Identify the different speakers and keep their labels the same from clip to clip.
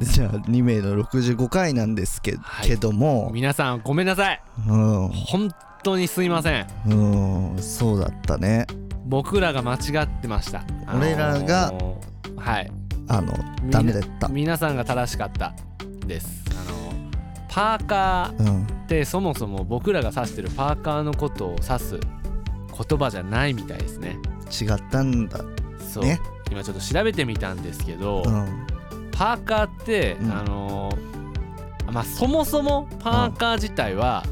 Speaker 1: じゃあ2名の65回なんですけ,、
Speaker 2: はい
Speaker 1: けども
Speaker 2: 皆さんごめんなさい
Speaker 1: うん
Speaker 2: 本当にすいません
Speaker 1: うんそうだったね
Speaker 2: 僕らが間違ってましたあの
Speaker 1: 俺
Speaker 2: ー
Speaker 1: らが
Speaker 2: はい
Speaker 1: あの
Speaker 2: みな
Speaker 1: ダメだった
Speaker 2: 皆さんが正しかったですあのーパーカ
Speaker 1: うん
Speaker 2: ーってそもそも僕らが指してるパーカーのことを指す言葉じゃないみたいですね
Speaker 1: 違ったんだ
Speaker 2: そう、
Speaker 1: ね
Speaker 2: 今ちょっと調べてみたんですけど、
Speaker 1: うん
Speaker 2: パーカーって、
Speaker 1: うん
Speaker 2: あのーまあそもそもパーカー自体は、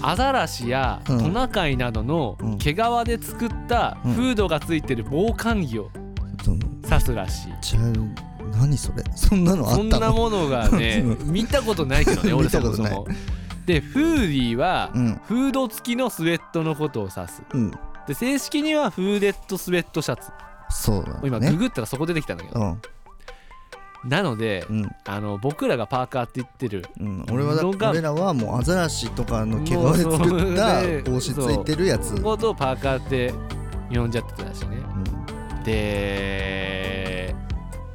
Speaker 2: アザラシや
Speaker 1: うん
Speaker 2: トナカイなどの
Speaker 1: うん
Speaker 2: 毛皮で作った
Speaker 1: うん
Speaker 2: フードがついてる防寒着を
Speaker 1: その
Speaker 2: 指すらしい、
Speaker 1: じゃあ何それ そんなのあ
Speaker 2: そ
Speaker 1: っ
Speaker 2: ん
Speaker 1: た
Speaker 2: な
Speaker 1: の
Speaker 2: ものが ね見たことないけどね俺
Speaker 1: 見
Speaker 2: そ
Speaker 1: たこ
Speaker 2: も
Speaker 1: と
Speaker 2: そ
Speaker 1: ない
Speaker 2: も。でフーディーは、
Speaker 1: うん
Speaker 2: フード付きのスウェットのことを指す
Speaker 1: うん
Speaker 2: で正式にはフーデッドスウェットシャツ
Speaker 1: そうなんだ
Speaker 2: 今
Speaker 1: ね
Speaker 2: ググったらそこ出てきたんだけど、
Speaker 1: うん
Speaker 2: なので、
Speaker 1: うん
Speaker 2: あの僕らがパーカーって言ってる
Speaker 1: うん、俺はだ
Speaker 2: のが
Speaker 1: 俺らはもうアザラシとかの毛皮
Speaker 2: もう
Speaker 1: で
Speaker 2: そう
Speaker 1: 作った
Speaker 2: ね
Speaker 1: 帽子ついてるやつ、うん
Speaker 2: ことをパーカーって呼んじゃってたらしいねで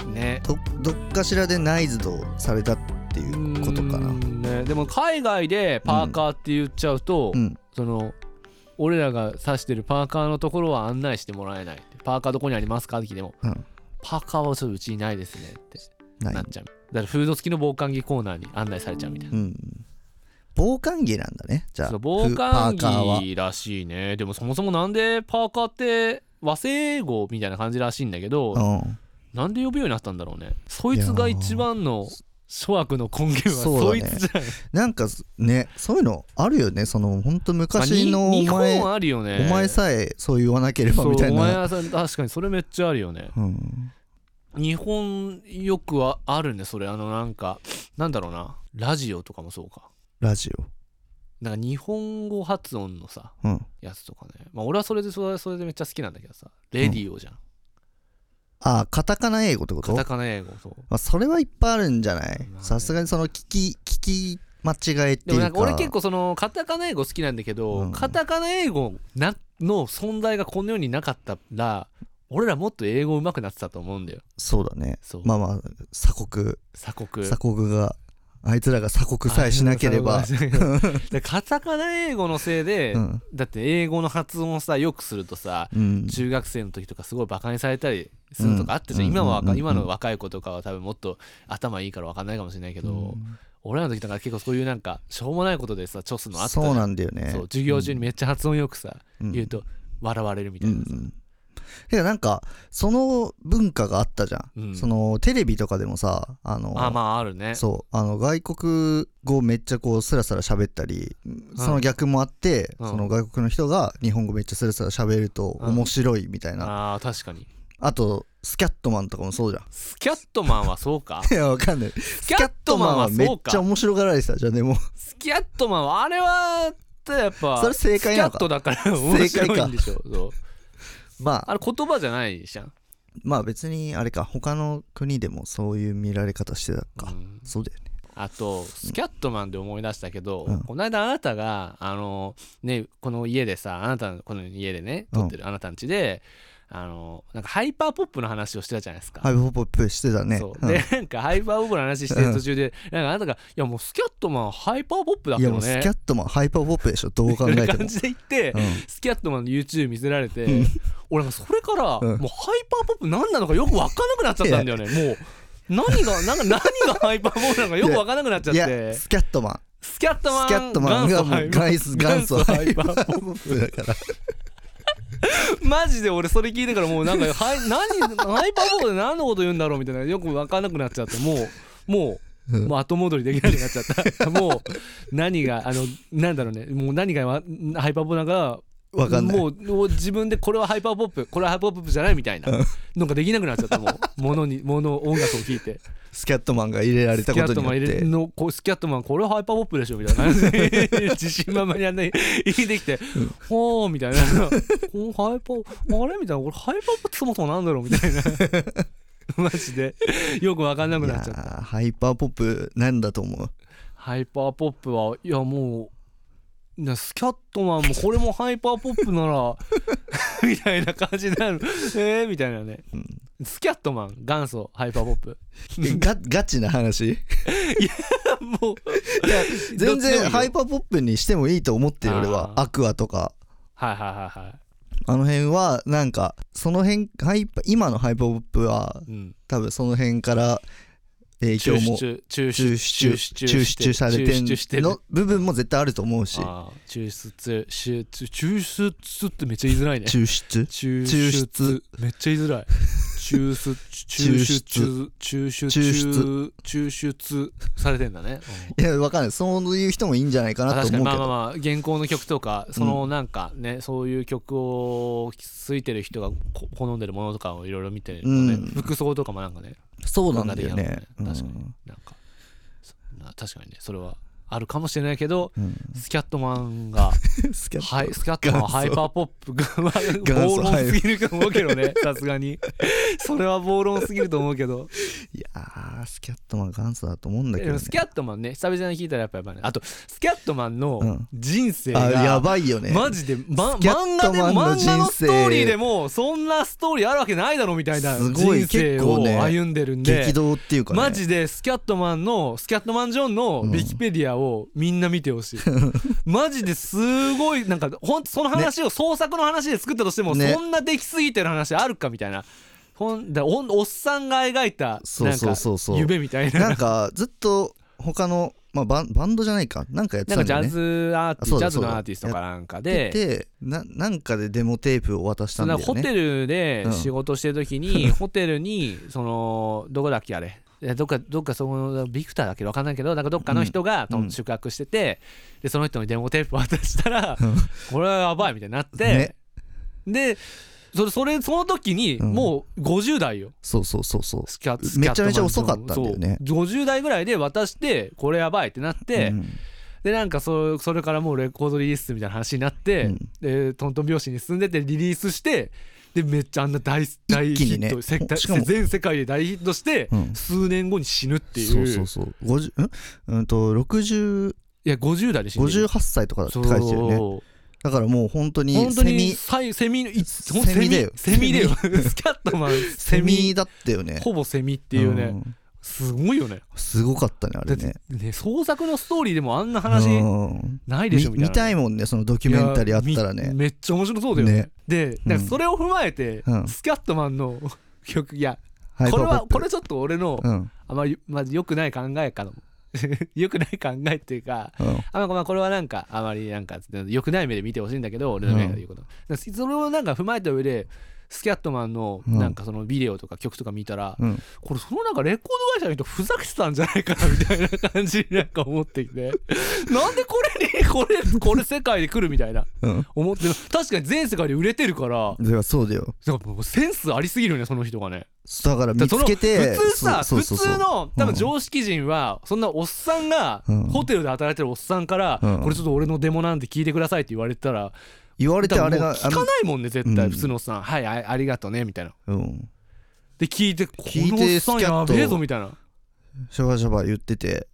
Speaker 2: ね
Speaker 1: どどっかしらで内蔵されたっていうことかな
Speaker 2: うーんねでも海外でパーカーって言っちゃうと、
Speaker 1: うん
Speaker 2: その俺らが指してるパーカーのところは案内してもらえないパーカーどこにありますかって聞いても、
Speaker 1: うん
Speaker 2: パーカーはちょっとうちにないですねって
Speaker 1: ない
Speaker 2: なっちゃうだからフード付きの防寒着コーナーに案内されちゃうみたいな
Speaker 1: うん防寒着なんだねじゃあ
Speaker 2: そう防
Speaker 1: ふ
Speaker 2: 寒
Speaker 1: パーカーは
Speaker 2: 着らしいねでもそもそもなんでパーカーって和製英語みたいな感じらしいんだけど、
Speaker 1: うん
Speaker 2: なんで呼ぶようになったんだろうねそいつが一番の諸悪の根源は
Speaker 1: そ
Speaker 2: そうい
Speaker 1: だね
Speaker 2: つじゃない、
Speaker 1: なんかねそういうのあるよねその本当
Speaker 2: まあ
Speaker 1: 昔のお
Speaker 2: に日
Speaker 1: 前、
Speaker 2: 本あるよね
Speaker 1: お前さえそう言わなければ
Speaker 2: そう
Speaker 1: みたい
Speaker 2: お前
Speaker 1: な
Speaker 2: はさ確かにそれめっちゃあるよね
Speaker 1: うん
Speaker 2: 日本よくはあるねそれあのなんかなんだろうなラジオとかもそうか
Speaker 1: ラジ
Speaker 2: なんか日本語発音のさ
Speaker 1: オうん
Speaker 2: やつとかねまあ俺はそれでそれそれでめっちゃ好きなんだけどさレディオじゃん、
Speaker 1: ああカタカナ英語ってこと
Speaker 2: カタカナ英語そう
Speaker 1: まあ、それはいっぱいあるんじゃない
Speaker 2: まあね
Speaker 1: さすがにその聞き聞き間違えって
Speaker 2: で
Speaker 1: いうか
Speaker 2: もなんか俺結構そのカタカナ英語好きなんだけど、
Speaker 1: うん
Speaker 2: カタカナ英語なの存在がこの世になかったら俺らもっと英語上手くなってたと思うんだよ
Speaker 1: そうだね
Speaker 2: そう、
Speaker 1: まあまあ鎖国
Speaker 2: 鎖国
Speaker 1: 鎖国があいつらが鎖国さえしなければ
Speaker 2: あそうそ うそうでカタカナ英語のせいで、
Speaker 1: うん
Speaker 2: だって英語の発音をさよくするとさ
Speaker 1: うん
Speaker 2: 中学生の時とかすごいバカにされたりするとかあったじゃん、
Speaker 1: うん
Speaker 2: 今はわか
Speaker 1: うん
Speaker 2: 今の若い子とかは多分もっと頭いいから分かんないかもしれないけど、俺らの時だから結構そういうなんかしょうもないことでさチョスのあったじゃん
Speaker 1: そうなんだよね
Speaker 2: そう授業中にめっちゃ発音よくさ、
Speaker 1: うん
Speaker 2: 言うと笑われるみた
Speaker 1: う
Speaker 2: い
Speaker 1: ん
Speaker 2: なさ、
Speaker 1: うんてかなんかその文化があったじゃん、
Speaker 2: うん
Speaker 1: そのテレビとかでもさあの
Speaker 2: あまああるね
Speaker 1: そうあの外国語めっちゃこうスラスラ喋ったり、その逆もあって、
Speaker 2: うん
Speaker 1: その外国の人が日本語めっちゃスラスラ喋ると
Speaker 2: うん
Speaker 1: 面白いみたいな、
Speaker 2: あー確かに
Speaker 1: あとスキャットマンとかもそうじゃ ん
Speaker 2: スキャットマンはそうか
Speaker 1: いやわかんない
Speaker 2: ス
Speaker 1: ス
Speaker 2: キャットマンは
Speaker 1: キャッめ
Speaker 2: そ
Speaker 1: っ
Speaker 2: う
Speaker 1: ちゃ
Speaker 2: か
Speaker 1: 面白がられてたじゃんでも
Speaker 2: スキャットマンはあれはやっぱ
Speaker 1: それ正解なのか
Speaker 2: スキャットだから 面白いんでしょそう
Speaker 1: まあ
Speaker 2: あれ言葉じゃないじゃん、
Speaker 1: まあ別にあれか他の国でもそういう見られ方してたか、
Speaker 2: うん
Speaker 1: そうだよね
Speaker 2: あとスキャットマンで思い出したけど、
Speaker 1: うん
Speaker 2: この間あなたがあのねこの家でさあなたのこの家でね
Speaker 1: うん
Speaker 2: 撮ってるあなたの家で、あのなんかハイパーポップの話をしてたじゃないですか、
Speaker 1: ハイポップポップしてたね
Speaker 2: そうでなんかハイパーポップの話してる途中で、なんかあなたが「いやもうスキャットマンハイパーポップだ
Speaker 1: う
Speaker 2: っ
Speaker 1: んい
Speaker 2: た
Speaker 1: やもう
Speaker 2: よ
Speaker 1: ス
Speaker 2: ね」
Speaker 1: キャットマンハイパーポップでしょどう考え
Speaker 2: みたい
Speaker 1: て
Speaker 2: な感
Speaker 1: も
Speaker 2: じで言って、
Speaker 1: うん
Speaker 2: スキャットマンの YouTube 見せられて、
Speaker 1: うん
Speaker 2: 俺がそれから、もうハ
Speaker 1: ん
Speaker 2: イパーポップ何なのかよく分かんなくなっちゃったんだよねもう何がなんか何がハイパーポップなのかよく分かんなくなっちゃっ
Speaker 1: い
Speaker 2: て
Speaker 1: やスキャットマン
Speaker 2: スキャットマン
Speaker 1: スキャットマンがもうガイス元祖ハイパ
Speaker 2: ー
Speaker 1: ーポップだから
Speaker 2: マジで俺それ聞いてからもうなんかはい何ハイパーボーで何のこと言うんだろうみたいなよく分かんなくなっちゃってもうもうもう後戻りできなくなっちゃったもう何があのなんだろうねもう何がわハイパーボーなんか
Speaker 1: わかんない
Speaker 2: もうもう自分でこれはハイパーポップこれはハイパーポップじゃないみたいななんかできなくなっちゃったもうものにもの音楽を聴いて
Speaker 1: スキャットマンが入れられ
Speaker 2: ス
Speaker 1: た
Speaker 2: キ
Speaker 1: こ
Speaker 2: ャ
Speaker 1: と
Speaker 2: ット
Speaker 1: に
Speaker 2: マ
Speaker 1: よ
Speaker 2: ン
Speaker 1: っ
Speaker 2: 入れ
Speaker 1: て
Speaker 2: のこうスキャットマンこれはハイパーポップでしょ みたいな感じで自信満々にやんない言いてきて「ほー」みたいな「このハイパーあれ?」みたいな「これハイパーポップってそもそもなんだろう?」みたいな マジでよく分かんなく
Speaker 1: い
Speaker 2: な
Speaker 1: や
Speaker 2: っちゃった
Speaker 1: ー ハイパーポップなんだと思う
Speaker 2: ハイパーポップはいやもうなスキャットマンもこれもハイパーポップな らみたいな感じになるえー、みたいなね、
Speaker 1: うん
Speaker 2: スキャットマン元祖ハイパーポッ プ
Speaker 1: えガガチな話
Speaker 2: もう
Speaker 1: 全
Speaker 2: どっちでもいい
Speaker 1: 然
Speaker 2: よ
Speaker 1: ハイパーポップにしてもいいと思ってる俺は
Speaker 2: あー
Speaker 1: アクアとか
Speaker 2: はいはいはいは、
Speaker 1: あの辺はなんかその辺ハイパ今のハイパーポップはい
Speaker 2: うん、
Speaker 1: 多分その辺から影響も
Speaker 2: 抽出抽
Speaker 1: 抽
Speaker 2: 出
Speaker 1: 出
Speaker 2: 抽
Speaker 1: 抽
Speaker 2: 出
Speaker 1: 出されて
Speaker 2: 抽出して
Speaker 1: ん
Speaker 2: る
Speaker 1: の部分も絶対あると思うし
Speaker 2: あー抽出抽出抽出ってめっちゃ言いづらいね
Speaker 1: 抽出
Speaker 2: 抽
Speaker 1: 抽
Speaker 2: 出
Speaker 1: 出
Speaker 2: めっちゃ言いづらい抽出抽出抽出抽出抽出されてんだね、うん
Speaker 1: いやわかんないそういう人もいいんじゃないか
Speaker 2: まあ
Speaker 1: なと
Speaker 2: 確
Speaker 1: 思
Speaker 2: かに
Speaker 1: うけ
Speaker 2: まあまあ
Speaker 1: ど
Speaker 2: まあ現行の曲とかそのなんかね、そういう曲をついてる人がこ好んでるものとかをいろいろ見てるとね、
Speaker 1: うん
Speaker 2: 服装とかもなんかね
Speaker 1: そうなんだよね
Speaker 2: 考えていいな
Speaker 1: うん
Speaker 2: なんかそな確かにねそれはあるかもしれないけど
Speaker 1: うん
Speaker 2: スキャットマ ンが
Speaker 1: スキャット
Speaker 2: はい、スキャットマンは
Speaker 1: 元祖
Speaker 2: ハイパーポップが、まあ
Speaker 1: 元
Speaker 2: 暴
Speaker 1: 祖
Speaker 2: 論すぎると思うけどね、さすがに。それは暴論すぎると思う けど。
Speaker 1: いやースキャットマン元祖だと思うんだけ
Speaker 2: で
Speaker 1: ど
Speaker 2: も
Speaker 1: ね
Speaker 2: スキャットマンね、久々に聞いたらやっぱやっぱね、あと、スキャットマン
Speaker 1: う
Speaker 2: の
Speaker 1: ん
Speaker 2: 人生
Speaker 1: あや
Speaker 2: が、
Speaker 1: ばいよね
Speaker 2: マジで、ま、
Speaker 1: スキャ
Speaker 2: 漫
Speaker 1: ッ
Speaker 2: 画
Speaker 1: ト
Speaker 2: で
Speaker 1: マンの
Speaker 2: 漫画の
Speaker 1: 人
Speaker 2: ス
Speaker 1: 生
Speaker 2: トーリーでも、そんなストーリーあるわけないだろみたいな
Speaker 1: すごい
Speaker 2: 人生
Speaker 1: 結構
Speaker 2: を
Speaker 1: ね
Speaker 2: 歩んでるんで。
Speaker 1: 激動っていうかね
Speaker 2: マジでスキャットマンのスキャットマンジョンのウ
Speaker 1: うん
Speaker 2: ィキペディアをみんな見て ほしい、マジですごいなんかほんその話を創作の話で作ったとしても、
Speaker 1: ね
Speaker 2: そんなできすぎてる話あるかみたいなほんだおおっさんが描いた
Speaker 1: そ
Speaker 2: な
Speaker 1: うんそう
Speaker 2: か
Speaker 1: そうそう
Speaker 2: 夢みたいな
Speaker 1: なんかずっと他の、まあ、バンバンドじゃないかなんかやって
Speaker 2: なん
Speaker 1: た
Speaker 2: か
Speaker 1: ん
Speaker 2: ジ
Speaker 1: だよ
Speaker 2: ャ
Speaker 1: ね
Speaker 2: ズアーティ
Speaker 1: そ
Speaker 2: ス
Speaker 1: う
Speaker 2: ジャ
Speaker 1: だ
Speaker 2: ズのアーティストかなんかで
Speaker 1: でななんかでデモテープを渡したんだ
Speaker 2: な
Speaker 1: よ
Speaker 2: ん
Speaker 1: ね
Speaker 2: かホテルで
Speaker 1: うん
Speaker 2: 仕事してる 時に、ホテルにそのどこだっけあれえどっかどっかそのビクターだっけ分かんないけどなんかどっかの人が、
Speaker 1: うん
Speaker 2: と宿泊しててでその人にデモテープ渡したら
Speaker 1: うん
Speaker 2: これはやばいみたいになって、
Speaker 1: ね
Speaker 2: でそれそれその時に
Speaker 1: うん
Speaker 2: もう50代よ、
Speaker 1: そうそうそうそう
Speaker 2: スキャ
Speaker 1: めちゃめちゃ遅かったんだよね
Speaker 2: そう50代ぐらいで渡してこれやばいってなって、
Speaker 1: うん
Speaker 2: でなんかそそれからもうレコードリリースみたいな話になって、
Speaker 1: うん
Speaker 2: でトントン拍子に進んでてリリースしてでめっちゃあんな大大
Speaker 1: 気
Speaker 2: ヒ
Speaker 1: に
Speaker 2: ッ
Speaker 1: ね
Speaker 2: ト、世界
Speaker 1: しかも
Speaker 2: 全世界で大ヒットして、
Speaker 1: うん
Speaker 2: 数年後に死ぬっていう
Speaker 1: そうそうそう50んうんと60
Speaker 2: いや50代で死んでる
Speaker 1: 58歳とかだって
Speaker 2: そ
Speaker 1: 書
Speaker 2: う
Speaker 1: いてるよねだからもう本当に
Speaker 2: 本当
Speaker 1: セ
Speaker 2: に
Speaker 1: ミ
Speaker 2: さいセミのい
Speaker 1: セ
Speaker 2: ほ
Speaker 1: ミ
Speaker 2: んセミ
Speaker 1: だよ
Speaker 2: セミだよスキャットマンセ
Speaker 1: セ
Speaker 2: ミ
Speaker 1: ミだったよねっ
Speaker 2: ほぼセミっていうね、すごいよね
Speaker 1: すごかったねあれ
Speaker 2: だって
Speaker 1: ね
Speaker 2: ね創作のストーリーでもあんな話
Speaker 1: うん
Speaker 2: ないでし
Speaker 1: み
Speaker 2: ょみたいな
Speaker 1: 見たいもんねそのドキュメンタリーあったら
Speaker 2: いや
Speaker 1: ね
Speaker 2: みめっちゃ面白そうだよね
Speaker 1: ね
Speaker 2: でなんかそれを踏まえて、
Speaker 1: うん
Speaker 2: スキャットマンの曲いや
Speaker 1: ハイパ
Speaker 2: これ
Speaker 1: ー
Speaker 2: は
Speaker 1: ポップ
Speaker 2: これちょっと俺の
Speaker 1: うん
Speaker 2: あまり、まあ、良くない考えかも 良くない考えっていうか
Speaker 1: うん
Speaker 2: あまあまあこれはなんかあまりなんか良くない目で見てほしいんだけど俺の目で言うこと、だからそれをなんか踏まえた上でスキャットマンの
Speaker 1: うん
Speaker 2: なんかそのビデオとか曲とか見たら、
Speaker 1: うん
Speaker 2: これそのなんかレコード会社の人ふざけてたんじゃないかなみたいな感じになんか思ってき てなんでこれにこれこれ世界で来るみたいな
Speaker 1: うん
Speaker 2: 思って確かに全世界で売れてるから
Speaker 1: ではそうだよ
Speaker 2: なんかもうセンスありすぎるよねその人がね
Speaker 1: だから見つけて
Speaker 2: だからその普通さ
Speaker 1: そうそうそうそう
Speaker 2: 普通の多分常識人はそんなおっさんが、
Speaker 1: うん
Speaker 2: ホテルで働いてるおっさんから、
Speaker 1: うん
Speaker 2: これちょっと俺のデモなんて聞いてくださいって言われたら
Speaker 1: 言われて
Speaker 2: 多
Speaker 1: あ
Speaker 2: 分
Speaker 1: れ
Speaker 2: もう
Speaker 1: が
Speaker 2: 聞かないもんね絶対、
Speaker 1: うん
Speaker 2: 普通のおっさんはいあありがとうねみたいな
Speaker 1: あのうん
Speaker 2: で聞いてこ
Speaker 1: 聞いて
Speaker 2: のおっさん
Speaker 1: スキャ
Speaker 2: や
Speaker 1: ット
Speaker 2: べえぞみたいな
Speaker 1: シャバシャバ言ってて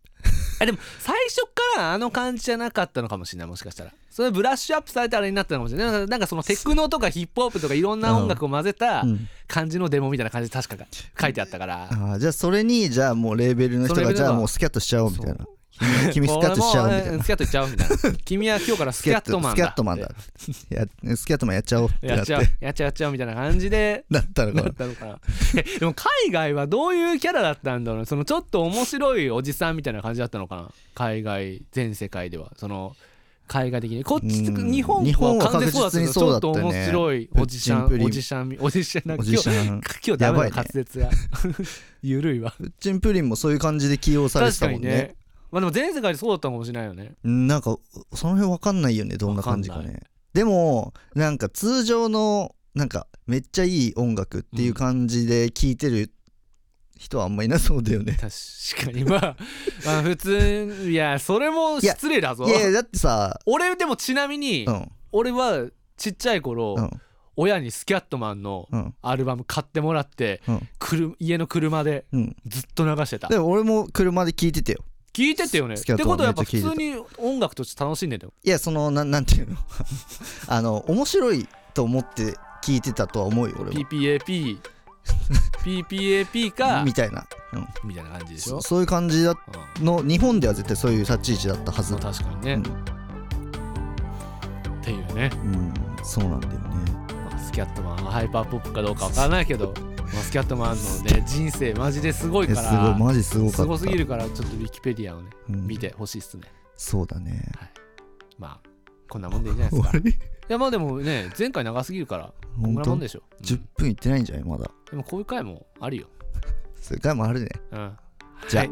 Speaker 2: あでも最初からあの感じじゃなかったのかもしれないもしかしたらそれブラッシュアップされたあれになったのかもしれないなんかなんかそのテクノとかヒップホップとかいろんな音楽を混ぜた
Speaker 1: うん
Speaker 2: 感じのデモみたいな感じで確 かが書いてあったから、
Speaker 1: あーじゃあそれにじゃあもうレーベルの人
Speaker 2: その
Speaker 1: が
Speaker 2: レベルが
Speaker 1: じゃあもうスキャットしちゃおうみ たいな君君スキャットしちゃおうみたい
Speaker 2: 俺
Speaker 1: な
Speaker 2: もスキャットしちゃおうみたいな 君は今日からスキャットマンだ
Speaker 1: スキャットマンだやスキャットマンやっちゃおうって
Speaker 2: や
Speaker 1: な
Speaker 2: っ
Speaker 1: って
Speaker 2: ちゃうやっちゃうやっちゃうみたいな感 じで
Speaker 1: なったの
Speaker 2: だ
Speaker 1: か
Speaker 2: っ
Speaker 1: な
Speaker 2: たのかな えでも海外はどういうキャラだったんだろうなそのちょっと面白いおじさんみたいな感じだったのかな海外全世界ではその海外的にこっち
Speaker 1: うん
Speaker 2: 日本
Speaker 1: 日本
Speaker 2: は
Speaker 1: は
Speaker 2: 完全にそうだ
Speaker 1: 確実にそうだ
Speaker 2: ったけどちょっと
Speaker 1: ったね
Speaker 2: 面白いおじさん
Speaker 1: プッチンプリン
Speaker 2: おじさんみおじさんなん
Speaker 1: お
Speaker 2: か
Speaker 1: じ
Speaker 2: 今
Speaker 1: さ
Speaker 2: 日
Speaker 1: ん
Speaker 2: 今日ダ
Speaker 1: やば
Speaker 2: メない
Speaker 1: ね
Speaker 2: 滑舌が ゆるいわ
Speaker 1: プッチンプリンもそういう感じで起用されて
Speaker 2: 確
Speaker 1: た
Speaker 2: か
Speaker 1: も
Speaker 2: に
Speaker 1: んね
Speaker 2: ねまあでも全世界でそうだったのかもしれないよね
Speaker 1: うんなんかその辺わかんないよねどんな感じか
Speaker 2: わかん
Speaker 1: ねでもなんか通常のなんかめっちゃいい音楽っていう感じで聴いてる人はあんまいなそうだよね
Speaker 2: 確かにまあまあ普通いやそれも失礼だぞ
Speaker 1: いやいやだってさ
Speaker 2: 俺でもちなみに、
Speaker 1: うん
Speaker 2: 俺はちっちゃい頃、
Speaker 1: うん
Speaker 2: 親にスキャットマンの
Speaker 1: うん
Speaker 2: アルバム買ってもらって
Speaker 1: うん
Speaker 2: くる家の車で
Speaker 1: うん
Speaker 2: ずっと流してた
Speaker 1: でも俺も車で聴いててよ
Speaker 2: 聞いてたよねっ
Speaker 1: 好き
Speaker 2: て
Speaker 1: だった
Speaker 2: ことはやっぱ
Speaker 1: めっちゃ聞
Speaker 2: 普
Speaker 1: いてた
Speaker 2: 通に音楽として楽しんでんだよ
Speaker 1: いやそのななんていうの あの面白いと思って聞いてたとは思うよ俺も
Speaker 2: PPAP PPAP か
Speaker 1: みたいな、うん、
Speaker 2: みたいな感じでしょ
Speaker 1: そ、そういう感じだ
Speaker 2: うん
Speaker 1: の日本では絶対そういう立ち位置だったはず
Speaker 2: まあ、確かにね、っていうね、
Speaker 1: うん、そうなんだよね
Speaker 2: まあ、スキャットマンがハイパーポップかどうかわからないけど、まあ、スキャットマンの ね人生マジですごい
Speaker 1: え
Speaker 2: か
Speaker 1: す
Speaker 2: ら
Speaker 1: ごいマジすごかった
Speaker 2: すごすぎるからちょっとウィキペディアをね
Speaker 1: うん
Speaker 2: 見てほしいっすね、
Speaker 1: そうだね
Speaker 2: まあこんなもんでいいんじゃないで
Speaker 1: 終
Speaker 2: す
Speaker 1: わ
Speaker 2: か
Speaker 1: り
Speaker 2: いやまあでもね前回長すぎるからこんなもん
Speaker 1: 本
Speaker 2: でしょ、うん
Speaker 1: 当10分いってないんじゃないまだ
Speaker 2: でもこういう回もあるよ、
Speaker 1: そういう回もあるね
Speaker 2: うん、
Speaker 1: じゃあ
Speaker 2: はい